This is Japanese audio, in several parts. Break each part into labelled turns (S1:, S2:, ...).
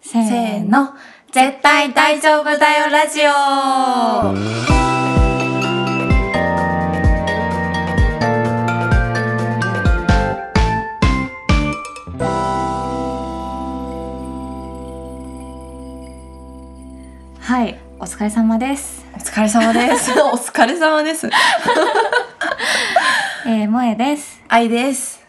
S1: せーの。絶対大丈夫だよラジオはい、お疲れ様です。
S2: お疲れ様です。お疲れ様です。
S1: えー、萌えです。
S2: 愛です、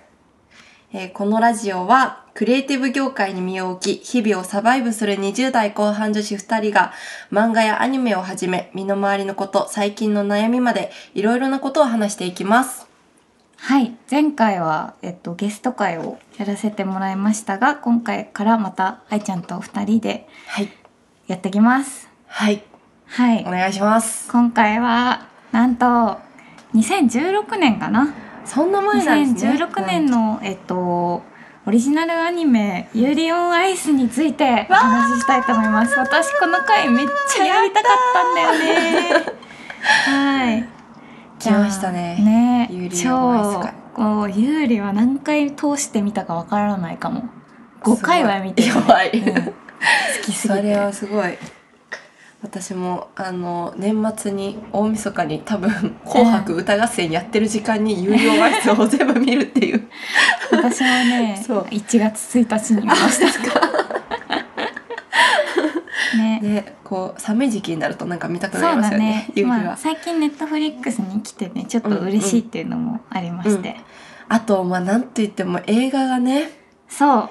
S2: えーこのラジオは、クリエイティブ業界に身を置き、日々をサバイブする20代後半女子2人が、漫画やアニメをはじめ、身の回りのこと、最近の悩みまで、いろいろなことを話していきます。
S1: はい、前回はえっとゲスト会をやらせてもらいましたが、今回からまた愛ちゃんと二人で
S2: はい。
S1: やってきます。
S2: はい。
S1: はい
S2: お。願いします。
S1: 今回はなんと2016年かな
S2: そんな前なんですね。
S1: 2016年の、えっとオリジナルアニメ「ユーリオンアイス」についてお話ししたいと思います私この回めっちゃやりたかったんだよねはい
S2: 来ましたね
S1: ね
S2: ユーリオンアイス
S1: 超
S2: 会
S1: こうユーリは何回通してみたかわからないかも5回は見てる
S2: やばい。
S1: うん好きすぎ
S2: そ
S1: て
S2: れはすごい私もあの年末に大晦日に多分「紅白歌合戦」やってる時間に有料アイスを全部見るっていう
S1: 私はね
S2: そう
S1: 1月1日に見ました ね
S2: ねこう寒い時期になるとなんか見たく
S1: そう
S2: なりま
S1: だ
S2: すよね
S1: ね
S2: 有料は、
S1: まあ、最近ネットフリックスに来てねちょっと嬉しいっていうのもありまして、
S2: うんうんあとまあなんといっても映画がね
S1: そう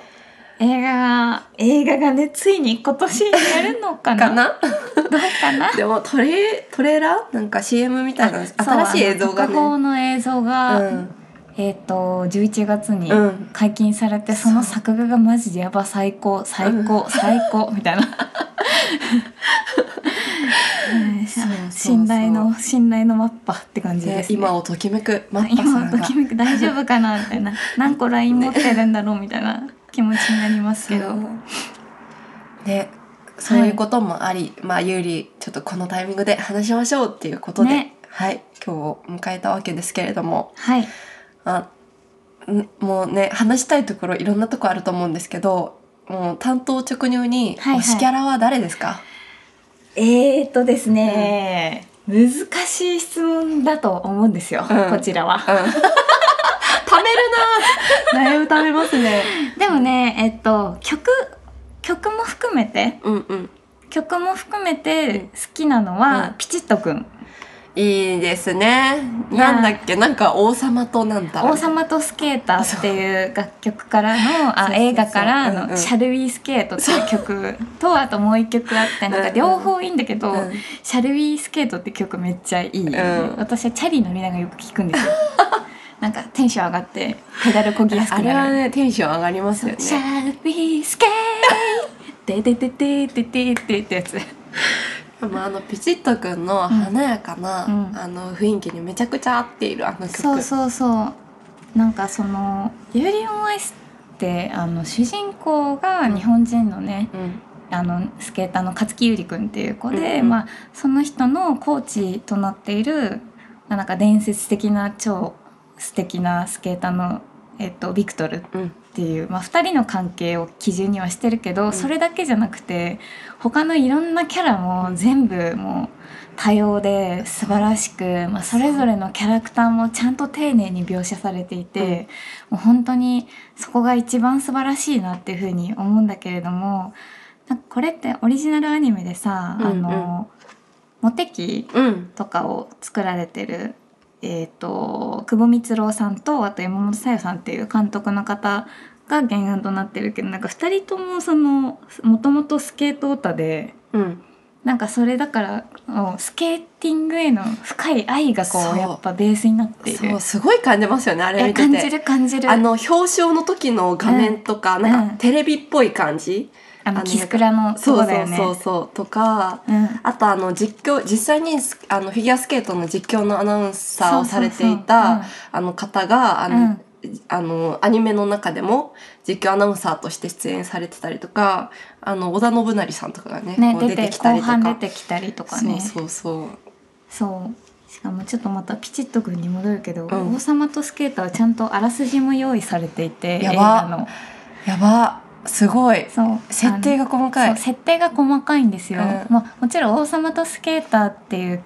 S1: 映画が映画がねついに今年やるのかな
S2: かな
S1: どうかな
S2: でもトレトレーラーなんか CM みたいな新しい映
S1: そ
S2: 像が
S1: うあの特報
S2: ね
S1: の映像
S2: う
S1: が、
S2: ん
S1: えっ、と11月に
S2: うん
S1: 解禁されて、その作画がマジでやば最高最高、最 高みたいなうん
S2: そう そうそう
S1: 信頼の信頼のマッパって感じで
S2: ね
S1: すね
S2: 今をときめくマッパさ
S1: 今
S2: ん
S1: と
S2: が
S1: きめく大丈夫かなみたい な何個 LINE 持ってるんだろうみたいな気持ちになりますけど
S2: ねそういうこともあり、まあゆうりちょっとこのタイミングで話しましょうっていうことで、
S1: ね
S2: はい今日を迎えたわけですけれども
S1: はい
S2: あんもうね話したいところいろんなとこあると思うんですけどもう担当直入に、
S1: はいはい
S2: 推しキャラは誰ですか
S1: えーとですね、難しい質問だと思うんですよ、
S2: うん
S1: こちらは
S2: うんためるなだいぶためますね
S1: でもねえっと曲曲も含めて
S2: うんうん
S1: 曲も含め
S2: う
S1: て
S2: ん
S1: 好きなのは、
S2: うん
S1: ピチッとくん
S2: いいですね
S1: いや
S2: なんだっけなんか王様となんだ
S1: 王様とスケーターっていう楽曲からの
S2: そうそう
S1: あ
S2: そう
S1: 映画から
S2: うんう
S1: の「
S2: ん
S1: シャル・ウィ・スケート」っていう曲とあともう一曲あってなん
S2: うん
S1: か
S2: うん
S1: 両方いいんだけど
S2: うん
S1: 「シャル・ウィ・スケート」って曲めっちゃいい、
S2: ん
S1: 私はチャリ乗りながらよく聴くんですよなんかテンション上がってペダルこぎやす
S2: あ
S1: く
S2: れ
S1: な
S2: は
S1: る。
S2: ねテンション上がりますよね
S1: シャル・ウィ・スケート」でででででででってやつ
S2: でもあのピチッとくんの華やかな、
S1: うんうん
S2: あの雰囲気にめちゃくちゃ合っているあの曲
S1: そうそうそうなんかその「ユーリオン・アイス」ってあの主人公が日本人のね、
S2: うん
S1: あのスケーターの勝木優里くんっていう子で、
S2: うんうん
S1: まあ、その人のコーチとなっているまあなんか伝説的な超素敵なスケーターの、えっと、ビクトルっ
S2: うん
S1: ていう、まあ、2人の関係を基準にはしてるけど、
S2: ん
S1: それだけじゃなくて他のいろんなキャラも全部もう多様で素晴らしく、まあ、それぞれのキャラクターもちゃんと丁寧に描写されていて、もう本当にそこが一番素晴らしいなっていうふうに思うんだけれどもなんかこれってオリジナルアニメでさ、
S2: うんうん
S1: あのモテキ
S2: うん
S1: とかを作られてる、えー、と久保光郎さんとあと山本小夜さんっていう監督の方が原案となってるけどなんか2人ともそのもともとスケートオタで
S2: うん
S1: なんかそれだからもうスケーティングへの深い愛がこ
S2: そう
S1: うやっぱベースになっている。
S2: そうすごい感じますよねあ
S1: い
S2: れ
S1: や
S2: 見て
S1: 感じ
S2: て
S1: る感じる
S2: あの表彰の時の画面とか、
S1: ん
S2: なん
S1: う
S2: か
S1: ん
S2: テレビっぽい感じ、
S1: あ
S2: あ
S1: の
S2: の
S1: キスクラのと
S2: そ
S1: こだ
S2: うそ
S1: よ
S2: う
S1: ね
S2: そうそうとか
S1: うん
S2: あとあの実況実際にスあのフィギュアスケートの実況のアナウンサーをされてい
S1: そう
S2: た
S1: そう
S2: あの方があの、
S1: うん
S2: あのアニメの中でも実況アナウンサーとして出演されてたりとかあの織田信成さんとかがね
S1: そううん
S2: こう
S1: ね出て後半出
S2: と
S1: てきたりと
S2: か
S1: かね
S2: そうそうそう
S1: そうしかもちょっとまたピチッと君に戻るけど、
S2: うん
S1: 王様とスケーターはちゃんとあらすじも用意されていて
S2: やば
S1: 映画の
S2: やばすごい
S1: そう
S2: 設定が細か
S1: そう
S2: い
S1: 設定が細かいんですよ、
S2: うん
S1: まあ、もちろん「王様とスケーター」っていう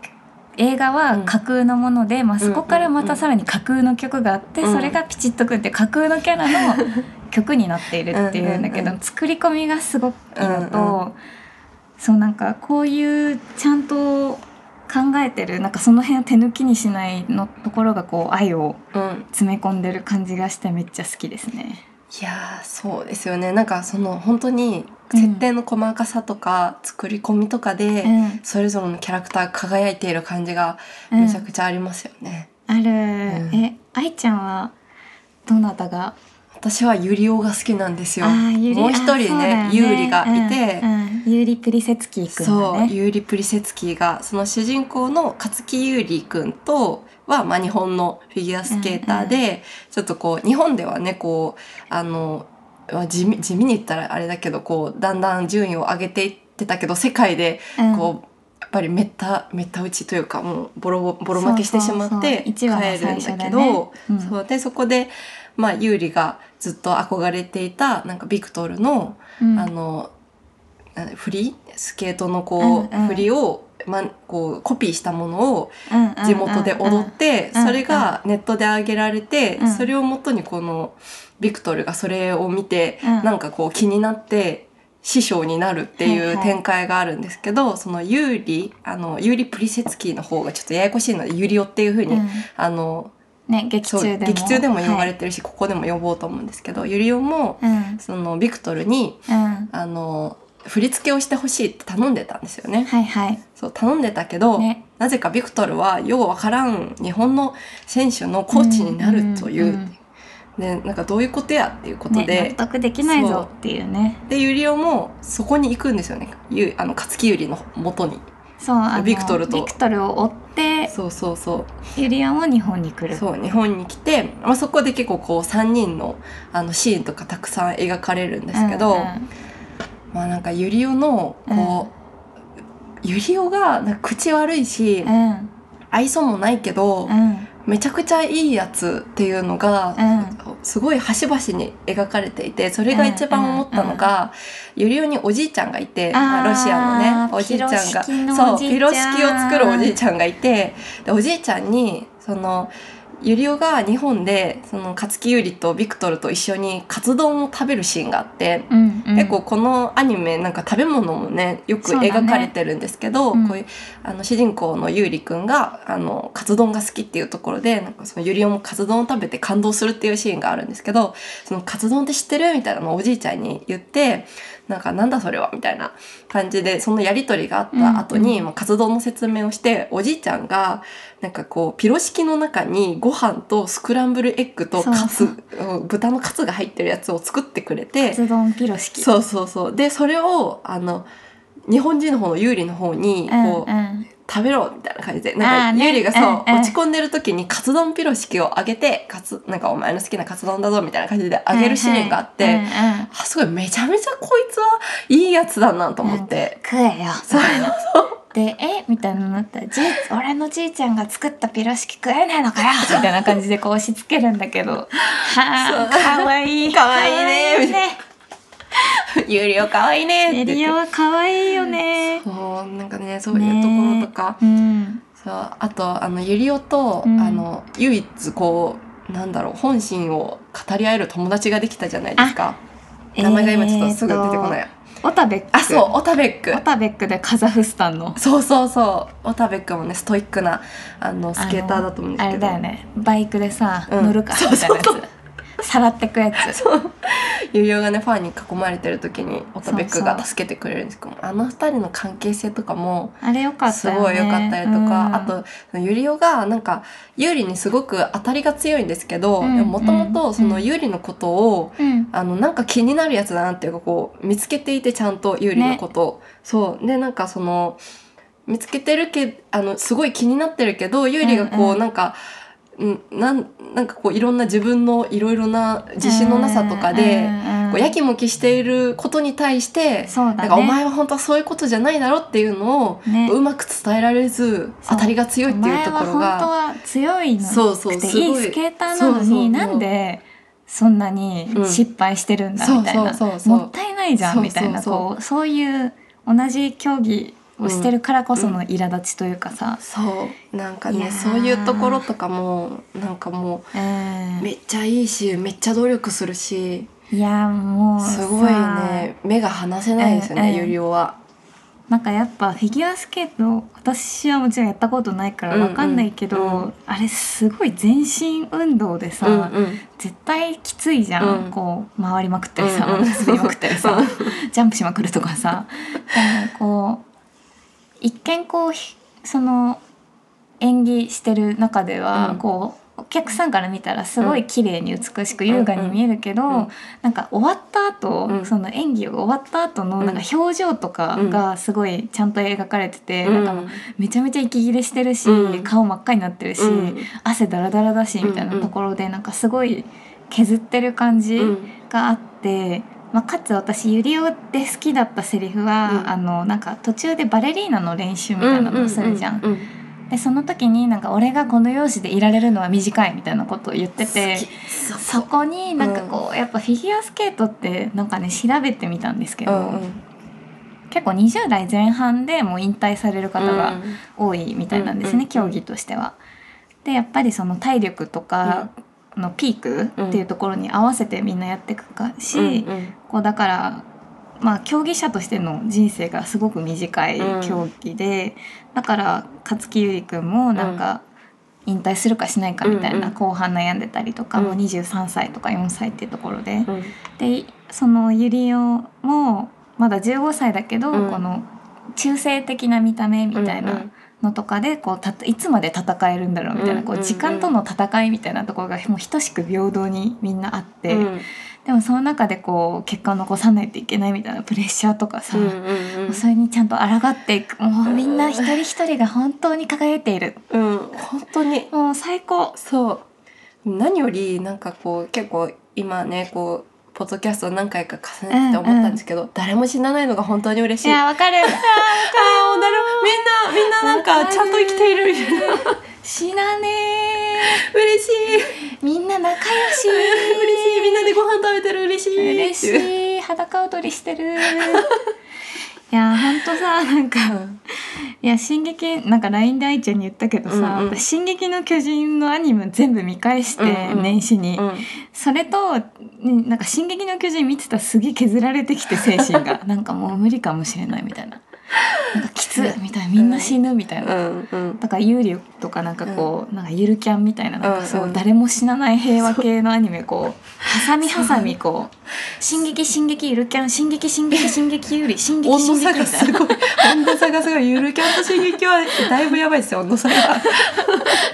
S1: 映画は架空のもので、まあ、そこからまたさらに架空の曲があって、
S2: うん
S1: それがピチッとくんって架空のキャラの曲になっているっていうんだけど
S2: うんうんう
S1: 作り込みがすごくいいのと、
S2: うん
S1: そうなんかこういうちゃんと考えてるなんかその辺を手抜きにしないのところがこう愛を
S2: うん
S1: 詰め込んでる感じがしてめっちゃ好きですね。
S2: いやーそうですよねなんかその本当に設定の細かさとか作り込みとかで、
S1: うん
S2: それぞれのキャラクターが輝いている感じが
S1: うん
S2: めちゃくちゃありますよね、
S1: ある、
S2: ん
S1: え愛ちゃんはどなたが
S2: 私はユリオが好きなんですよ
S1: あーゆり
S2: もう一
S1: あ
S2: 人ねユーリがいて、
S1: うんうんユーリプリセツキーくん
S2: そ
S1: だ
S2: う
S1: ね
S2: ユーリ・プリセツキーがその主人公の勝木ユーリくんとは、まあ、日本のフィギュアスケーターで、ちょっとこう日本ではねこうあのまあ地味地味に言ったらあれだけどこうだんだん順位を上げていってたけど世界で
S1: うん
S2: こう、やっぱりめっためった打ちというかもうボロボボロ負けしてしまって
S1: そうそうそう
S2: 帰
S1: 一
S2: るん
S1: 話の
S2: だけ
S1: 最初だね
S2: ど
S1: うん
S2: そうでそこで、まあ、ユーリがずっと憧れていたなんかビクトルの
S1: うん
S2: あのあ振りスケートのこう、
S1: うんうん
S2: 振りを、ま、こうコピーしたものを
S1: うんうんうんうん
S2: 地元で踊って、
S1: うんうん
S2: それがネットで上げられて、
S1: うん
S2: それをもとにこのビクトルがそれを見て、
S1: うん
S2: なんかこう気になって師匠になるって
S1: はいいうはい
S2: 展開があるんですけど、そのユーリあのユーリ・プリセツキーの方がちょっとややこしいのでユリオっていうふうに、
S1: うん
S2: あの
S1: ね劇
S2: そう
S1: 中でも
S2: 劇中でも呼ばれ
S1: て、
S2: てるし、ここでも呼ぼうと思うんですけどユリオも、
S1: はい、うん
S2: そのビクトルに
S1: うん
S2: あの振り付けをしてほしいって頼んでたんですよね。
S1: はいはい
S2: そう頼んでたけど、
S1: ね
S2: なぜかビクトルはようわからん日本の選手のコーチになるという、
S1: うんうん
S2: でなんかどういうことやっていうこと
S1: ね
S2: で、
S1: 納得できないぞっていうね
S2: でユリオもそこに行くんですよねゆあの勝木ユリの元に
S1: そうあの
S2: ビクトルと
S1: ビクトルを追って
S2: そうそうそう
S1: ユリアも日本に来る
S2: そう日本に来て、まあ、そこで結構こう3人のあのシーンとかたくさん描かれるんですけど、
S1: うんうん
S2: まあなんかユリオのこう、ユリオがなんか口悪いし、
S1: うん
S2: 愛想もないけど、
S1: うん
S2: めちゃくちゃいいやつっていうのが、
S1: う
S2: すごい端々に描かれていてそれが一番思ったのが、ユリオにおじいちゃんがいて、まあロシアのね
S1: あー
S2: おじいちゃんが
S1: ピロシキの
S2: そう
S1: おじいちゃん
S2: ピロシキを作るおじいちゃんがいてでおじいちゃんにそのユリオが日本でその勝木ユリとビクトルと一緒にカツ丼を食べるシーンがあって。
S1: うんうん
S2: 結構このアニメなんか食べ物もねよく描かれてるんですけ
S1: そう
S2: ど、
S1: だねうん
S2: こういうあの主人公のゆうりくんがあのカツ丼が好きっていうところでなんかそのゆりおもカツ丼を食べて感動するっていうシーンがあるんですけどそのカツ丼って知ってるみたいなのをおじいちゃんに言ってなんかなんだそれはみたいな感じでそのやり取りがあった後
S1: うん
S2: に、
S1: うん
S2: まあ、カツ丼の説明をしておじいちゃんがなんかこうピロ式の中にご飯とスクランブルエッグと
S1: そう
S2: カツうん豚のカツが入ってるやつを作ってくれて。
S1: カツ丼ピロシキ
S2: そうそうそうでそれをあの日本人の方の有利の方に
S1: うん
S2: こう、
S1: うん
S2: 食べろみたいな感じで
S1: あ
S2: な
S1: ー
S2: んか
S1: ね
S2: 有利がそう、
S1: うんうん
S2: 落ち込んでる時にカツ丼ピロシキをあげてカツなんかお前の好きなカツ丼だぞみたいな感じであげるシーンがあって、
S1: うんうん
S2: あすごいめちゃめちゃこいつはいいやつだなと思って、
S1: 食えよ
S2: そう
S1: で「えみたいになった らじい俺のじいちゃんが作ったピロシキ食えないのかよ」 みたいな感じでこう押し付けるんだけど「はあ
S2: そう
S1: かわいい
S2: かわいいね
S1: かわいいね
S2: 有利を可愛いね」って
S1: エリ
S2: 言
S1: ア
S2: って。
S1: はかわいいよね
S2: そうなんかねそういうところとか、
S1: うん
S2: そうあとあのゆりおと、
S1: うん
S2: あの唯一こうなんだろう本心を語り合える友達ができたじゃないですか。名前が今ちょっとすぐ出てこない。
S1: えーとオタベック
S2: あ、そう、オタベック
S1: オ。タベックでカザフスタンの
S2: そうそうそう。オタベックもね、ストイックな、あの、スケーターだと思うんです
S1: あ
S2: け
S1: れ
S2: ど。
S1: だよねバイクでさ、
S2: うん
S1: 乗るかみたいなやつ
S2: そうそう
S1: さらってくやつ
S2: ゆりおがね、ファンに囲まれてる時に、オタベック
S1: そう
S2: が
S1: そう
S2: 助けてくれるんですけど、あの二人の関係性とかも、
S1: あれよかっ
S2: す
S1: たよね
S2: ごい良かったりとか、
S1: うん
S2: あとゆりおがなんかゆうりにすごく当たりが強いんですけど、
S1: うん
S2: でもとも
S1: う
S2: と
S1: ん
S2: そのゆりのことを、
S1: うん
S2: あのなんか気になるやつだなっていうかこう見つけていてちゃんと有利のことを、そうでなんかその見つけてるけあのすごい気になってるけど有利がこう、
S1: うんうん
S2: なんかうんなんなんかこういろんな自分のいろいろな自信のなさとかで、
S1: うん
S2: こうやきもきしていることに対して、
S1: そうだね
S2: なんかお前は本当はそういうことじゃないだろっていうのを、
S1: ね
S2: うまく伝えられず
S1: そう
S2: 当たりが強いっていうところ
S1: お前は本当
S2: が
S1: は強いの
S2: そうそう
S1: くて
S2: すごい
S1: いいスケーターなの
S2: そうそう
S1: になんでそんなに
S2: うん
S1: 失敗してるんだ
S2: そう
S1: みたいな、
S2: そうそうそう
S1: もったいないじゃ
S2: そうん
S1: みたいな
S2: そうそう
S1: こうそういう同じ競技をしてるからこその苛立ちというかさ、
S2: そうなんか
S1: いやー
S2: ねそういうところとかもなんかも
S1: え
S2: う
S1: ー
S2: めっちゃいいしめっちゃ努力するし
S1: いやもうさ
S2: すごいね目が離せないですよ
S1: うん
S2: ね
S1: うん
S2: ゆりおは。
S1: なんかやっぱフィギュアスケート私はもちろんやったことないから
S2: うんうん
S1: わかんないけど、
S2: うん
S1: あれすごい全身運動でさ、
S2: うんうん
S1: 絶対きついじゃん、
S2: うん
S1: こう回りまくったりさ、
S2: うんうん
S1: 滑りまくったりさジャンプしまくるとかさでもこう一見こうひその演技してる中では、
S2: うん
S1: こうお客さんから見たらすごい綺麗に美しく
S2: ん
S1: 優雅に見えるけど、
S2: うん
S1: なんか終わった後、
S2: うん
S1: その演技が終わった後の
S2: うん
S1: なんか表情とかがすごいちゃんと描かれてて、
S2: うん
S1: なんかめちゃめちゃ息切れしてるし、
S2: うん
S1: 顔真っ赤になってるし、
S2: うん
S1: 汗だらだらだしみたい
S2: うんう
S1: なんところでなんかすごい削ってる感じ
S2: うん
S1: があって、まあ、かつ私ゆりおで好きだったセリフは、
S2: うん
S1: あのなんか途中でバレリーナの練習みたいなのをするじゃん。
S2: ううう
S1: でその時になんか俺がこの容姿でいられるのは短いみたいなことを言ってて。
S2: 好きそう
S1: そこになんかこう、やっぱフィギュアスケートってなんかね調べてみたんですけ
S2: う
S1: ど、
S2: んうん
S1: 結構20代前半でもう引退される方が
S2: うん
S1: 多いみたいなんです
S2: うんうん
S1: ね、
S2: うん
S1: 競技としては。でやっぱりその体力とかのピークっていうところに合わせてみんなやっていくかし、
S2: うん
S1: こうだから、まあ、競技者としての人生がすごく短い競技で、だから勝木優衣君もなんか引退するかしないかみたい
S2: うんう
S1: なん後半悩んでたりとか、
S2: うん
S1: もう23歳とか4歳っていうところで。
S2: うん
S1: でそのゆりおもまだ15歳だけど、
S2: うん
S1: この中性的な見た目みたい
S2: うんうん
S1: なのとかでこうたいつまで戦えるんだろうみたいな、こ
S2: うんう
S1: う
S2: んう
S1: ん時間との戦いみたいなところがもう等しく平等にみんなあって、
S2: うん
S1: でもその中でこう結果を残さないといけないみたいなプレッシャーとかさ、
S2: うん
S1: も
S2: うんう
S1: うんそれにちゃんと抗っていくもうみんな一人一人が本当に輝いている
S2: うん本当に
S1: もう最高
S2: そう何よりなんかこう結構今ねこうポッドキャストを何回か重ねてて思ったんですけど、誰も死なないのが本当に嬉し
S1: い
S2: い。
S1: やわかる
S2: あーもう誰もみんなみんななんかちゃんと生きているみた いな
S1: 死なね
S2: 嬉しい嬉
S1: ー
S2: し
S1: みんな仲良し
S2: いみんなでご飯食べてる 嬉しい
S1: 嬉し
S2: い
S1: い裸踊りしてるいやほんとさなんかいや「進撃」なんか LINE で愛ちゃんに言ったけどさ
S2: うんうん
S1: 「私進撃の巨人」のアニメ全部見返して、
S2: うんうん
S1: 年始に、
S2: うん
S1: それとになんか「進撃の巨人」見てたらすげえ削られてきて精神 がなんかもう無理かもしれないみたいななんかきついみたいなみんな死ぬみたいな。
S2: うんうん
S1: だから有利とかなんかこう、なんかゆるキャンみたいななんかそう、
S2: うんうん
S1: 誰も死なない平和系のアニメこうハサミハサミこう「進撃進撃ゆるキャン進撃進撃進撃有利進撃
S2: 温
S1: 進
S2: 度差
S1: 撃」
S2: が
S1: みたい
S2: す
S1: な
S2: ごい温度差がすごいゆるキャンと刺激はだいぶやばいですよ温度差が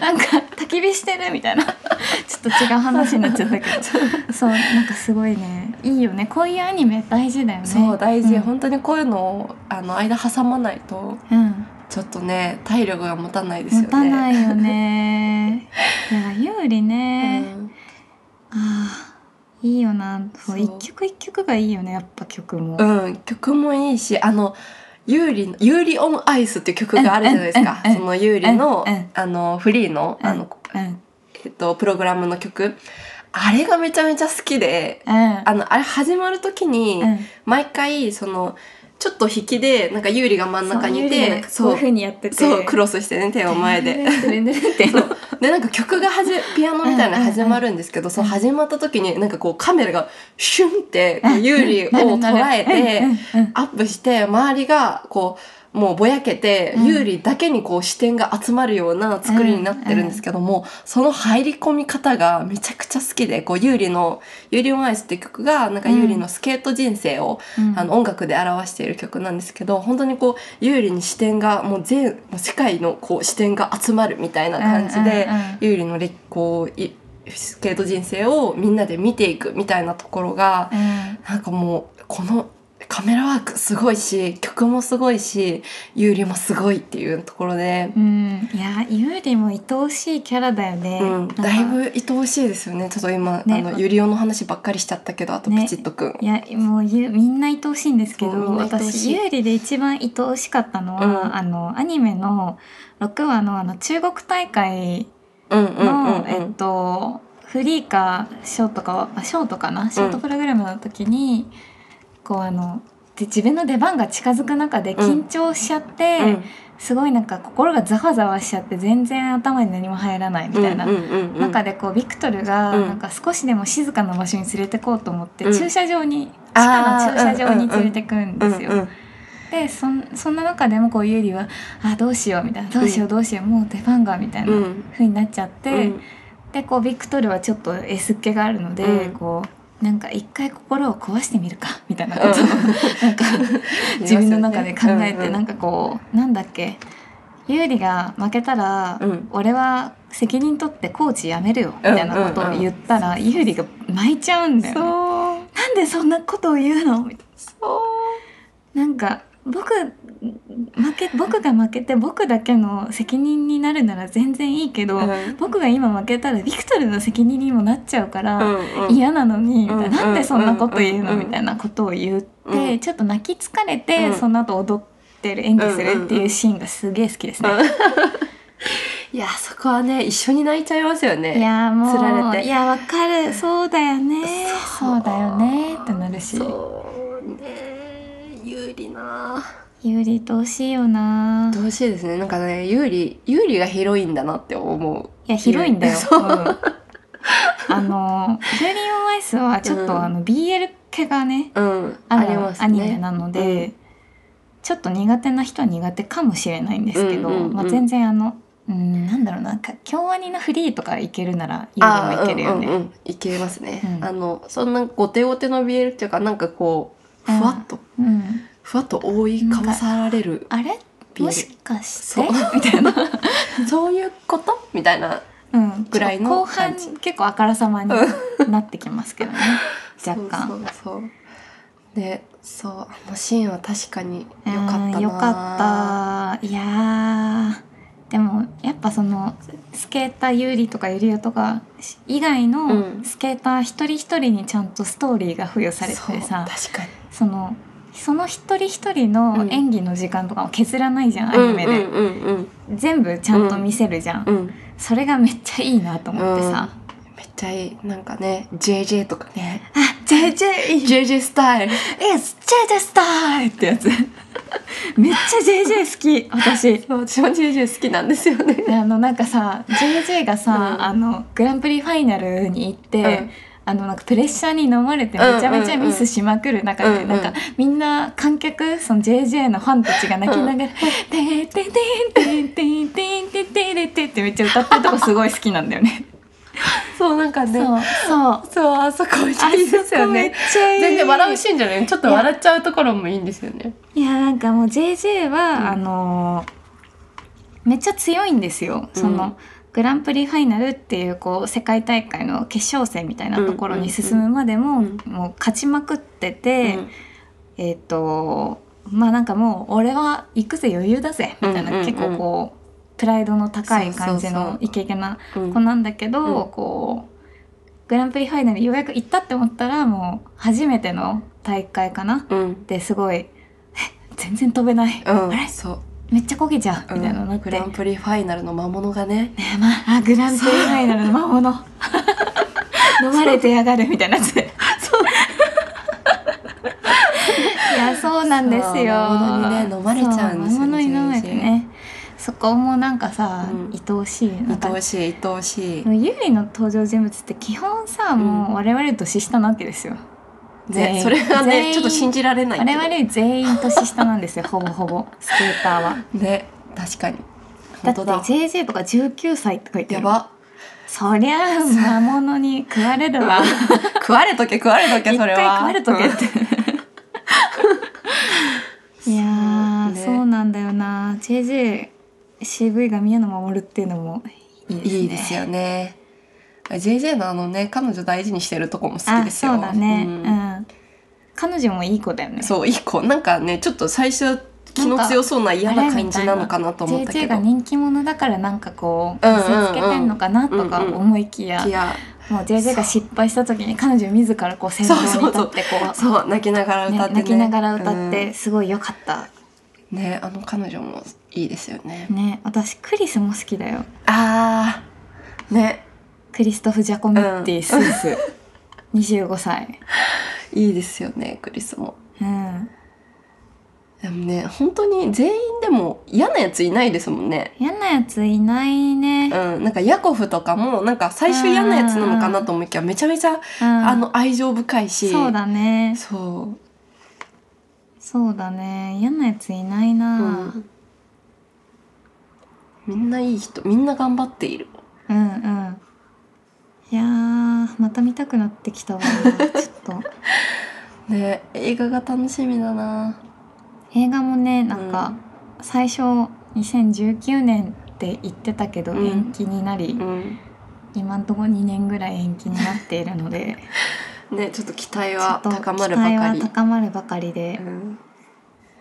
S1: なんか焚き火してるみたいなちょっと違う話になっちゃったけどそうなんかすごいねいいよねこういうアニメ大事だよね
S2: そう大事、
S1: うん
S2: 本当にこういうのをあの間挟まないと
S1: うん
S2: ちょっとね体力が持たないですよ
S1: 持
S2: ね
S1: たないよねいや有利ね、
S2: うん
S1: あーいいよなそう
S2: そう
S1: 一曲一曲がいいよねやっぱ曲も、
S2: うん、曲もいいし、あの、ユーリ、ユーリオンアイスっていう曲があるじゃないですか。
S1: うんうんうん
S2: そのユーリの、
S1: うんうん
S2: あの、フリーの、あの、
S1: うん
S2: えっと、プログラムの曲。あれがめちゃめちゃ好きで、
S1: うん
S2: あの、あれ始まるときに、
S1: うん
S2: 毎回、その、ちょっと引きで、なんかユーリが真ん中にいて、
S1: そう
S2: そ
S1: こういう
S2: う
S1: ふう、にやってて
S2: そう、クロスしてね、手を前で。
S1: って
S2: そうでなんか曲がはじピアノみたいなの始まるんですけど、そう
S1: うん
S2: 始まった時になんかこうカメラがシュンってこうユーリを捉えてアップして周りがこうもうぼやけて、
S1: うん
S2: ユーリだけにこう視点が集まるような作りになってるんですけども、その入り込み方がめちゃくちゃ好きでこうユーリの「ユーリオンアイス」っていう曲がなんかユーリのスケート人生を、あの音楽で表している曲なんですけど本当にこうユーリに視点がもう全もう世界のこう視点が集まるみたいな感じで、ユーリのれこういスケート人生をみんなで見ていくみたいなところがなんかもうこのカメラワークすごいし曲もすごいしユーリもすごいっていうところで、
S1: うんいやゆうりも愛おしいキャラだよね、
S2: うん、だいぶ愛おしいですよねちょっと今、
S1: ね
S2: あのユリオの話ばっかりしちゃったけどあと
S1: ね
S2: ピチッとくん。
S1: いやもうゆみんな愛おしいんですけど
S2: そうみんな愛おし
S1: 私
S2: い
S1: ゆうりで一番愛おしかったのは、
S2: うん
S1: あのアニメの6話のあの中国大会
S2: うんうんうん
S1: の、
S2: うん
S1: えっとフリーかショートかはあショートかなショートプログラムの時に、こうあので自分の出番が近づく中で緊張しちゃって、
S2: うん
S1: すごいなんか心がざわざわしちゃって全然頭に何も入らないみたいな
S2: うんうんうん
S1: 中でこうビクトルが
S2: うん
S1: なんか少しでも静かな場所に連れてこうと思って、
S2: うん
S1: 駐車場に地
S2: あ
S1: 下
S2: ー
S1: の駐車場に連れてくんですよ。
S2: うんうん
S1: でそんそんな中でもこうユーリは「あどうしよう」みたいな「どうしようどうしようもう出番が」みたいな
S2: うん
S1: 風になっちゃって、
S2: うん
S1: でこうビクトルはちょっとエスっ気があるので、
S2: うん
S1: こうなんか一回心を壊してみるかみたいなことを、なんか自分の中で考えて、なんかこうなんだっけユーリが負けたら、
S2: うん
S1: 俺は責任取ってコーチ辞めるよみたいなことを言ったら、ユーリが泣いちゃうんだよ、ね、
S2: そう
S1: なんでそんなことを言うのみたい
S2: そう
S1: ななんか僕負け僕が負けて僕だけの責任になるなら全然いいけど、
S2: うん
S1: 僕が今負けたらビクトルの責任にもなっちゃうから。
S2: うんうん
S1: 嫌なのにみたいな,、
S2: うんうん
S1: なんでそんなこと言うの、
S2: うん
S1: みたいなことを言って、
S2: うん
S1: ちょっと泣き疲れて、
S2: うん
S1: その後踊ってる演技するっていうシーンがすげえ好きですね。
S2: いやそこはね一緒に泣いちゃいますよね
S1: いやーもう
S2: つられて
S1: いやわかるそうだよねそうだよねってなるし
S2: そうね有利な
S1: ゆりとしいよな
S2: どうしいですねなんかね有利有利がヒロインだなって思う
S1: いや広いんだよ。
S2: そう
S1: うんあの「ジュリー・オン・アイス」はちょっと、
S2: うん
S1: あの BL 系がね
S2: うん
S1: あ
S2: あ
S1: る
S2: りますね
S1: アニメなの
S2: う
S1: で、ちょっと苦手な人は苦手かもしれないんですけど、
S2: うんうんうん
S1: まあ、全然あの、うん、なんだろうなんか京アニのフリーとかいけるならゆりもいけるよね。
S2: あーうんうんうんいけますね、
S1: うん
S2: あのそんなごてごての BL っていうかなんかこう
S1: うん
S2: ふわっと、
S1: うん
S2: ふわっと覆いかぶさられる
S1: あれ
S2: BL
S1: もしかし
S2: そ
S1: て
S2: う
S1: みたいな、
S2: そういうことみたいな
S1: うん、
S2: ぐらいの
S1: 後半
S2: 感じ
S1: 結構あからさまになってきます けどね若干。
S2: そうそうそうでそうあのシーンは確かに良かったな
S1: うんよかったいやーでもやっぱそのスケーター有利とかゆりよとか以外
S2: う
S1: の
S2: ん
S1: スケーター一人一人にちゃんとストーリーが付与されて
S2: そう
S1: さ
S2: 確かに
S1: そのその一人一人の演技の時間とかも削らないじゃん、アニメで、
S2: うんうんうん
S1: 全部ちゃんと見せるじゃん、
S2: うんうん
S1: それがめっちゃいいなと思ってさ、
S2: めっちゃいいなんかね JJ とかね
S1: あジェジェ
S2: JJ スタイル
S1: スジェジェスタイルってやつ めっちゃジェジェ好き私
S2: そう私も JJ 好きなんですよね
S1: であのなんかさ JJ がさ、
S2: うん
S1: あのグランプリファイナルに行って、
S2: うん
S1: あのなんかプレッシャーに飲まれて
S2: うん
S1: めちゃめちゃミスしまくる中で、
S2: うん
S1: なんかみんな観客その JJ のファンたちが泣きながら「てーてーてーてーてーてーてーてーれて」ってめっちゃ歌ってるとこすごい好きなんだよね。
S2: そうなんかね
S1: そうそう
S2: そうあそこめっちゃいいです
S1: あそこ
S2: よね
S1: めっちゃいい
S2: 全然笑うシーンじゃないちょっと笑っちゃうところもいいんですよね
S1: いやなんかもう JJ は、
S2: ん
S1: あのーめっちゃ強いんですよ。その、
S2: うん
S1: グランプリファイナルっていうこう世界大会の決勝戦みたいなところに進むまでも、
S2: うんうん
S1: もう勝ちまくってて、えっ、とまあなんかもう俺は行くぜ余裕だぜみたいな、
S2: うんうんうん
S1: 結構こうプライドの高い感じ
S2: そうそうそ
S1: の
S2: う
S1: イケイケな
S2: うん
S1: 子なんだけど、
S2: うん
S1: こうグランプリファイナルようやく行ったって思ったらもう初めての大会かな、
S2: うん
S1: ってすごいえ全然飛べない、
S2: う
S1: あ
S2: ん
S1: れ
S2: そう
S1: めっちゃ焦げちゃう
S2: うん
S1: みたいなのになって、
S2: グランプリファイナルの魔物がね
S1: ねまああグランプリファイナルの魔物飲まれてやがるみたいなやつそういやそうなんですよ
S2: そう魔物にね飲まれちゃうんです
S1: そ魔
S2: よね
S1: 物に飲まれてねそこもなんかさ、
S2: うん
S1: 愛おしいなんか
S2: 愛おしい愛おしい
S1: でもユーリの登場人物って基本さ、もう我々年下なわけですよ全
S2: ね
S1: 員
S2: それが
S1: 全
S2: ね
S1: 員
S2: ちょっと信じられないけど
S1: 我々全員年下なん ですよほぼほぼスケーターは
S2: ね確かに
S1: だ
S2: 本
S1: って
S2: 当だ
S1: JJ とか19歳って書いてあ
S2: や
S1: る
S2: ば
S1: そりゃあ魔物に食われる わ
S2: 食われとけ食われとけ
S1: 一
S2: それ
S1: 回
S2: は
S1: 食われとけって いやー
S2: そうね
S1: そうなんだよな JJCV が宮野守るっていうのもいいですね
S2: いいですよね。JJ のあのね彼女大事にしてるとこも好き
S1: あ
S2: ですよ。
S1: そうだね、うん
S2: ん
S1: 彼女もいい子だよね
S2: そういい子なんかねちょっと最初気の強そうな嫌な感じなのかなと思ったけ
S1: JJ
S2: ど。
S1: が人気者だからなんかこう
S2: うんうん
S1: 見
S2: うん
S1: せつけてんのかなとか思いきや、
S2: いや
S1: もう JJ が失敗した時に彼女自らこう先頭に立ってこう
S2: そう泣きながら
S1: ね
S2: 歌ってね
S1: 泣きながら歌って、すごい良かった、
S2: うんねあの彼女もいいですよね。
S1: ね私クリスも好きだよ
S2: ああね
S1: クリストフ・ジャコメッティ、スイス25歳、
S2: いいですよね、クリスも。
S1: うん、
S2: でもね、本当に全員でも嫌なやついないですもんね。
S1: 嫌なやついないね、
S2: うん、なんかヤコフとかもなんか最初嫌なやつなのかなと思いきやめちゃめちゃ、
S1: うん
S2: あの愛情深いし
S1: そうだね
S2: そ
S1: そうだね嫌なやついないな
S2: う、うん、みんないい人みんな頑張っている
S1: うんうんいやーまた見たくなってきたわちょっと
S2: ね映画が楽しみだな
S1: 映画もねなんか、最初2019年って言ってたけど
S2: うん
S1: 延期になり、
S2: うん、
S1: 今んとこ2年ぐらい延期になっているので
S2: ねちょっと期 待
S1: ちょ
S2: は
S1: っと
S2: 高まるば
S1: 期
S2: か
S1: 待
S2: り
S1: は高まるばかりで
S2: う、ん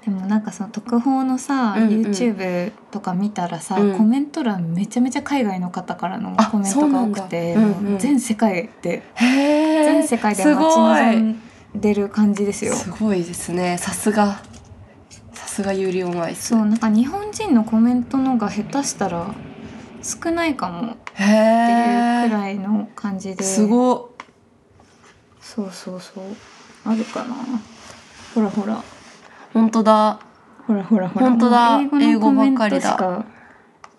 S1: でもなんかその特報のさ、
S2: うんうん
S1: YouTube とか見たらさ、
S2: うん
S1: コメント欄めちゃめちゃ海外の方からの
S2: あ
S1: コメントが多くて、
S2: そうなんだうんうん
S1: もう全世界で
S2: へー
S1: 全世界で待ち望んでる感じですよ。
S2: すごいすごいですねさすがさすがユーリオンアイス
S1: そうなんか日本人のコメントのが下手したら少ないかもって
S2: へ
S1: いうく
S2: え
S1: らいの感じで、
S2: すごっ
S1: そうそうそうあるかなほらほら
S2: 本当だ
S1: ほらほらほら
S2: 本当だ
S1: もう英語のコメント
S2: 英語ばかりだ
S1: しか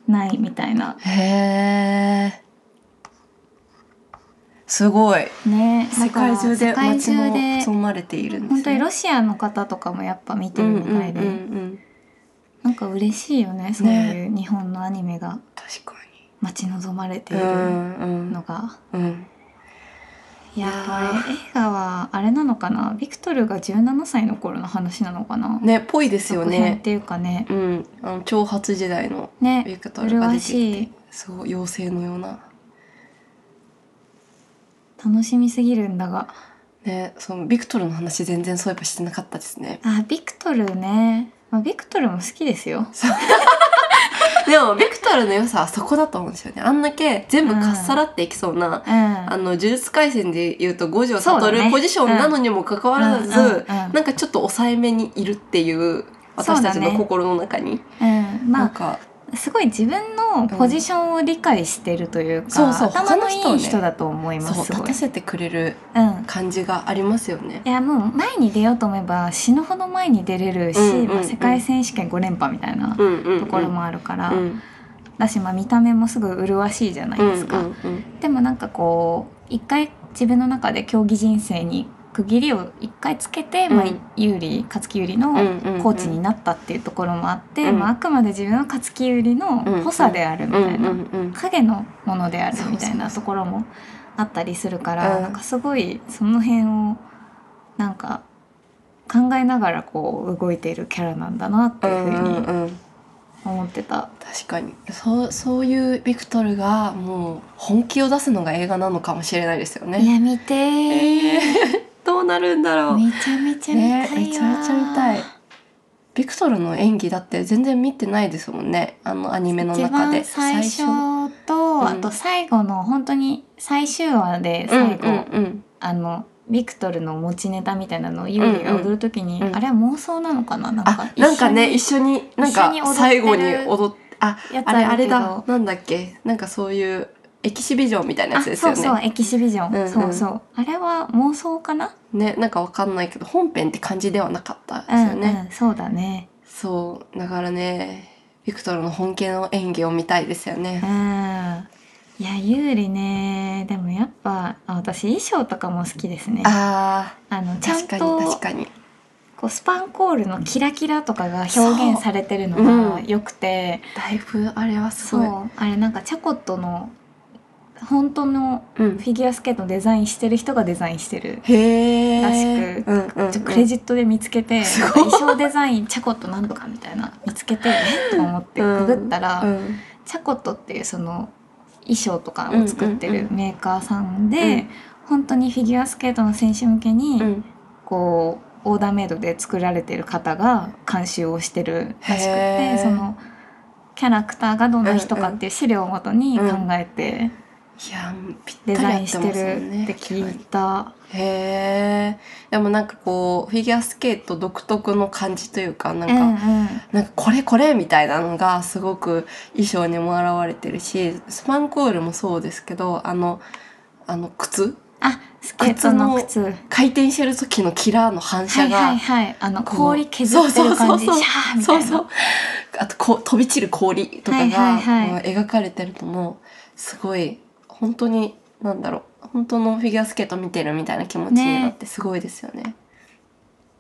S1: ないみたいな
S2: へえすごい
S1: ね
S2: 世界中で
S1: だから
S2: 待
S1: 世
S2: ち
S1: 界中
S2: 望
S1: で
S2: まれているんです、ね、
S1: 本当にロシアの方とかもやっぱ見てるみたいで、
S2: うんうんうんうん、
S1: なんか嬉しいよねそういう日本のアニメが
S2: 確か
S1: 待ち望まれてい
S2: に
S1: る
S2: うんうん
S1: のが。
S2: うん
S1: いや
S2: いや
S1: ー映画はあれなのかなビクトルが17歳の頃の話なのかな、
S2: ねぽいですよ
S1: 続編っ
S2: ね
S1: ていうかね
S2: うんあの挑発時代のビ
S1: ね
S2: クトルが
S1: 麗
S2: 出てきて
S1: しい
S2: そう妖精のような
S1: 楽しみすぎるんだが
S2: ねそのビクトルの話全然そういえばしてなかったですね
S1: あビクトルね、まあ、ビクトルも好きですよ
S2: でもビクトルの良さはそこだと思うんですよねあんだけ全部かっさらっていきそうな、
S1: うん
S2: あの呪術廻戦で言うと五条
S1: そうだ
S2: 悟
S1: ね
S2: ポジションなのにもかかわらず、
S1: うんうんうん
S2: なんかちょっと抑えめにいるっていう私たちの心の中に、
S1: うんま
S2: なん
S1: あ
S2: か
S1: すごい自分のポジションを理解してるというか、
S2: うんそうそう
S1: 頭の
S2: 他
S1: い
S2: の人を
S1: い
S2: ね
S1: 人だと思います
S2: そう
S1: すご
S2: 立
S1: い
S2: た、せてくれる
S1: うん、
S2: 感じがありますよね
S1: い。やもう前に出ようと思えば死ぬほど前に出れるし、
S2: うんうんうん
S1: まあ、世界選手権5連覇みたいな
S2: うんうんうん
S1: ところもあるから、
S2: うん
S1: だし、まあ、見た目もすぐ麗しいじゃないですか、
S2: うんうん
S1: でもなんかこう一回自分の中で競技人生に区切りを一回つけて、まあ
S2: うん、
S1: 有利勝木有利の
S2: うんうんうん
S1: コーチになったっていうところもあって、
S2: うん
S1: まあ、あくまで自分は勝木有利の補佐であるみたいな、
S2: うんうんうん
S1: 影のものであるみたいな
S2: そ
S1: ところもあったりするから、
S2: うん
S1: なんかすごいその辺をなんか考えながらこう動いているキャラなんだなっていうふうに
S2: うんうん
S1: 思ってた。
S2: 確かにそうそういうビクトルがもう本気を出すのが映画なのかもしれないですよ
S1: い
S2: ね。
S1: や見てー、
S2: どうなるんだろう。
S1: めちゃめちゃ見
S2: ね
S1: たいわー、
S2: めちゃめちゃ見たい。ビクトルの演技だって全然見てないですもんねあのアニメの
S1: 一
S2: 中で
S1: 番最初と
S2: うん
S1: あと最後の本当に最終話で
S2: うん
S1: 最後、
S2: うんうん
S1: あのビクトルの持ちネタみたいなのをユーリが踊る時に、
S2: うん
S1: あれは妄想なのかななんか
S2: あなんかね
S1: 一
S2: 一緒になんか
S1: 一緒に踊ってる
S2: 最後に踊っあ
S1: 緒にやつ
S2: あれあれ
S1: けど
S2: だなんだっけなんかそういうエキシビジョンみたいなやつですよ
S1: あそうそう
S2: ね
S1: エキシビジョン、
S2: うんうん
S1: そうそうあれは妄想かな、
S2: ねなんかわかんないけど本編って感じではなかったです
S1: う
S2: よ
S1: ん
S2: ね、
S1: うんそうだね
S2: そうだからねビクトルの本気の演技を見たいですよ
S1: うん
S2: ね、
S1: いや有利ねでもやっぱあ私衣装とかも好きですねあ
S2: あ
S1: の
S2: ー
S1: ちゃ
S2: 確
S1: ん
S2: か
S1: と
S2: に確かに
S1: こうスパンコールのキラキラとかが表現されてるの
S2: そうう
S1: が
S2: ん
S1: 良くて
S2: だいぶあれはす
S1: そう,、
S2: ごい
S1: あれなんかチャコットの本当の
S2: う
S1: フ
S2: ん
S1: ィギュアスケートのデザインしてる人がデザインしてる
S2: へえ
S1: らしく
S2: うんうんうん
S1: ちょクレジットで見つけて、
S2: す
S1: な
S2: ごい
S1: んか衣装デザインチャコットなんとかみたいな見つけてえと思って
S2: うん
S1: ググったら、
S2: うん
S1: チャコットっていうその衣装とかを作って
S2: うんう
S1: る
S2: ん
S1: メーカーさんで、
S2: うん
S1: 本当にフィギュアスケートの選手向けに、
S2: うん
S1: こうオーダーメイドで作られてる方が監修をしてるらしく
S2: へ
S1: て
S2: ー
S1: そのキャラクターがどんな人かっていう資料をもとに考えて
S2: いやぴっ
S1: デ
S2: た
S1: ザイン
S2: り合って
S1: し
S2: ま
S1: て
S2: すよ
S1: るっ
S2: ね
S1: て聞いた、
S2: へえでもなんかこうフィギュアスケート独特の感じというかなんか、
S1: うんうん
S2: なんかこれこれみたいなのがすごく衣装にも表れてるしスパンコールもそうですけどあのあの靴
S1: あスケートの靴
S2: 回転してる時のキラーの反
S1: は
S2: 射
S1: い
S2: が、
S1: はいはいあの
S2: こう
S1: 氷削ってる感じシ
S2: そうそうそうそう
S1: ャーみた
S2: そ
S1: いうな
S2: そうあとこう飛び散る氷と
S1: は
S2: かが、
S1: いはいはい
S2: こう描かれてるともうすごい本当になんだろう本当のフィギュアスケート見てるみたいな気持ちになってすごいですよね。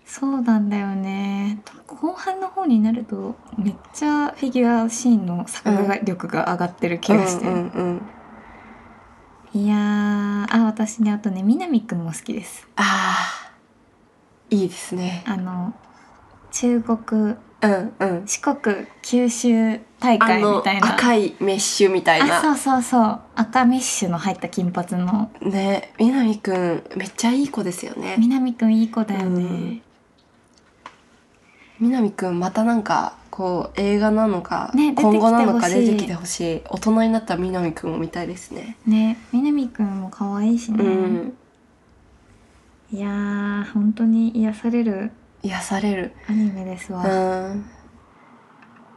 S1: そうなんだよね後半の方になるとめっちゃフィギュアシーンの作画力が上がってる気がして、
S2: うんうんうん
S1: いやーあ私ねあとね南くんも好きです
S2: あーいいですね。
S1: あの中国
S2: うんうん。
S1: 四国九州大
S2: あ
S1: 会
S2: の
S1: みたいな
S2: 赤いメッシュみたい
S1: あそ
S2: な。
S1: うそうそう赤メッシュの入った金髪の
S2: ね、みなみくんめっちゃいい子ですよね。
S1: 南くんいい子だよね、
S2: うんみなみくんまたなんかこう映画なのか、
S1: ね
S2: 今後なのか出
S1: 出
S2: て
S1: て
S2: き
S1: き
S2: て
S1: て
S2: ほしい。大人になったみなみくんを見たいですね。
S1: ね南くんも可愛いしね、
S2: うん。
S1: いやー本当に癒される
S2: 癒される。
S1: アニメです
S2: う
S1: わ、
S2: ん。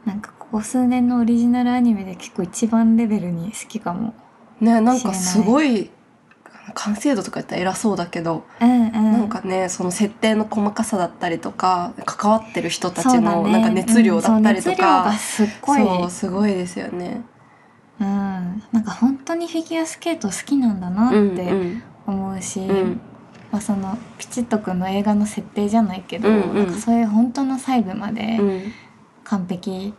S1: なんかここ数年のオリジナルアニメで結構一番レベルに好きかも
S2: ね、なんかすごい完成度とか言ったら偉そうだけど、
S1: うんうん
S2: なんかねその設定の細かさだったりとか関わってる人た
S1: そ
S2: ち
S1: うだ
S2: の
S1: ね
S2: なんか熱量だったりとか、
S1: うんそう熱量がすっごい
S2: そうすごいですよね。
S1: うん、なんか本当にフィギュアスケート好きなんだなっ
S2: うんう
S1: て
S2: ん
S1: 思うし、
S2: うん
S1: まあ、そのピチッとくんの映画の設定じゃないけど、
S2: うんうん
S1: なんかそういう本当の細部まで
S2: うん
S1: 完璧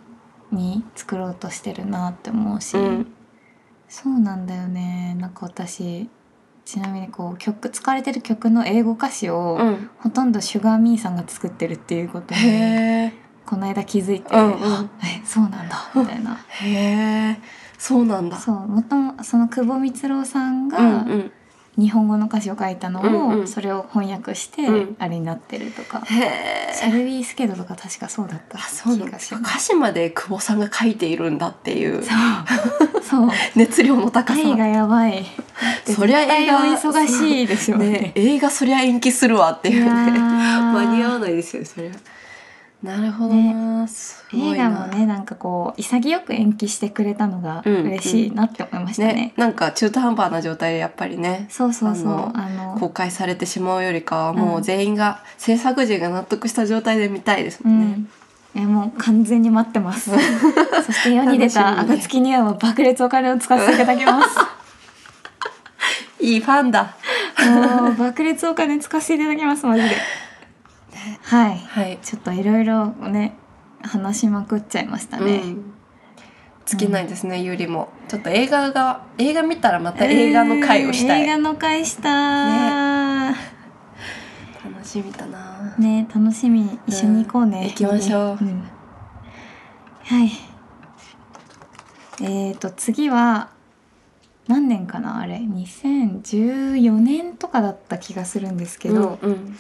S1: に作ろうとしてるなって思うし、
S2: うん
S1: そうなんだよねなんか私ちなみにこう曲使われてる曲の英語歌詞を、
S2: うん
S1: ほとんどシュガーミーさんが作ってるっていうことに
S2: へえ
S1: この間気づいて、
S2: うんうん
S1: あ えそうなんだみたいな
S2: へえ そうなんだ。
S1: そうもともその久保光郎さん
S2: うんう
S1: が
S2: ん
S1: 日本語の歌詞を書いたのを、
S2: うんうん
S1: それを翻訳して、
S2: うん
S1: あれになってるとか、
S2: へ
S1: シャ
S2: え
S1: ルビースケートとか確かそうだった
S2: あそうなん
S1: 気
S2: で
S1: が
S2: す
S1: し
S2: か
S1: ま
S2: 歌
S1: す
S2: 詞まで久保さんが書いているんだっていう
S1: そうそう
S2: 熱量の高さ。
S1: 愛がやばい
S2: そりゃ
S1: 絶対
S2: 映画
S1: お忙しいでしょう
S2: ね
S1: ね、
S2: 映画そりゃ延期するわって
S1: い
S2: いう
S1: やー
S2: ね。 間に合わないですよねそれはなるほどな、すご
S1: 映
S2: い
S1: 画
S2: な
S1: もねなんかこう潔く延期してくれたのが嬉しいなって思いましたね,、
S2: ねなんか中途半端な状態でやっぱりね
S1: そうそうそう
S2: あの
S1: あの
S2: 公開されてしまうよりかはもううん全員が、制作陣が納得した状態で見たいです
S1: う
S2: もんね、
S1: んいやもう完全に待ってます そして世に出た
S2: 楽しみね
S1: 暁には爆裂お金を使わせていただきます
S2: いいファンだ
S1: もう爆裂お金使わせていただきますマジで、はい
S2: はい、
S1: ちょっといろいろね話しまくっちゃいました
S2: う
S1: ね、
S2: ん尽きないですね、ゆりもちょっと映画が映画見たらまた映画の回をしたい、
S1: 映画の回したい
S2: 楽しみだな、
S1: ね楽しみ一緒に行こうね、
S2: うん行きましょうん
S1: はいえー、と次は何年かなあれ2014年とかだった気がするんですけど、
S2: うんうん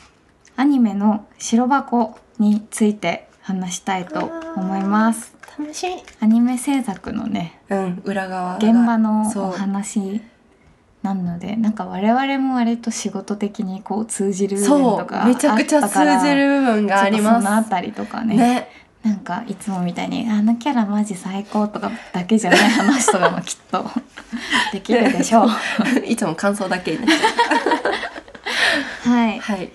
S1: アニメの「白箱」について話したいと思います
S2: 楽しみ
S1: アニメ制作のね
S2: うん裏側が
S1: 現場の
S2: そう
S1: お話なのでなんか我々も割と仕事的にこう通じる部分
S2: そ
S1: とか
S2: うめちゃくちゃ通じる部分があり
S1: ちょっとそのあ
S2: ます
S1: たりとかね
S2: ね
S1: なんかいつもみたいに「あのキャラマジ最高」とかだけじゃない話とかもきっと できるでしょう。
S2: いつも感想だけになっちゃ
S1: はい、
S2: うはい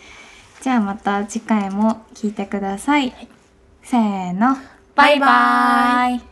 S1: じゃあまた次回も聞いてください。せーの
S2: バイバ
S1: イ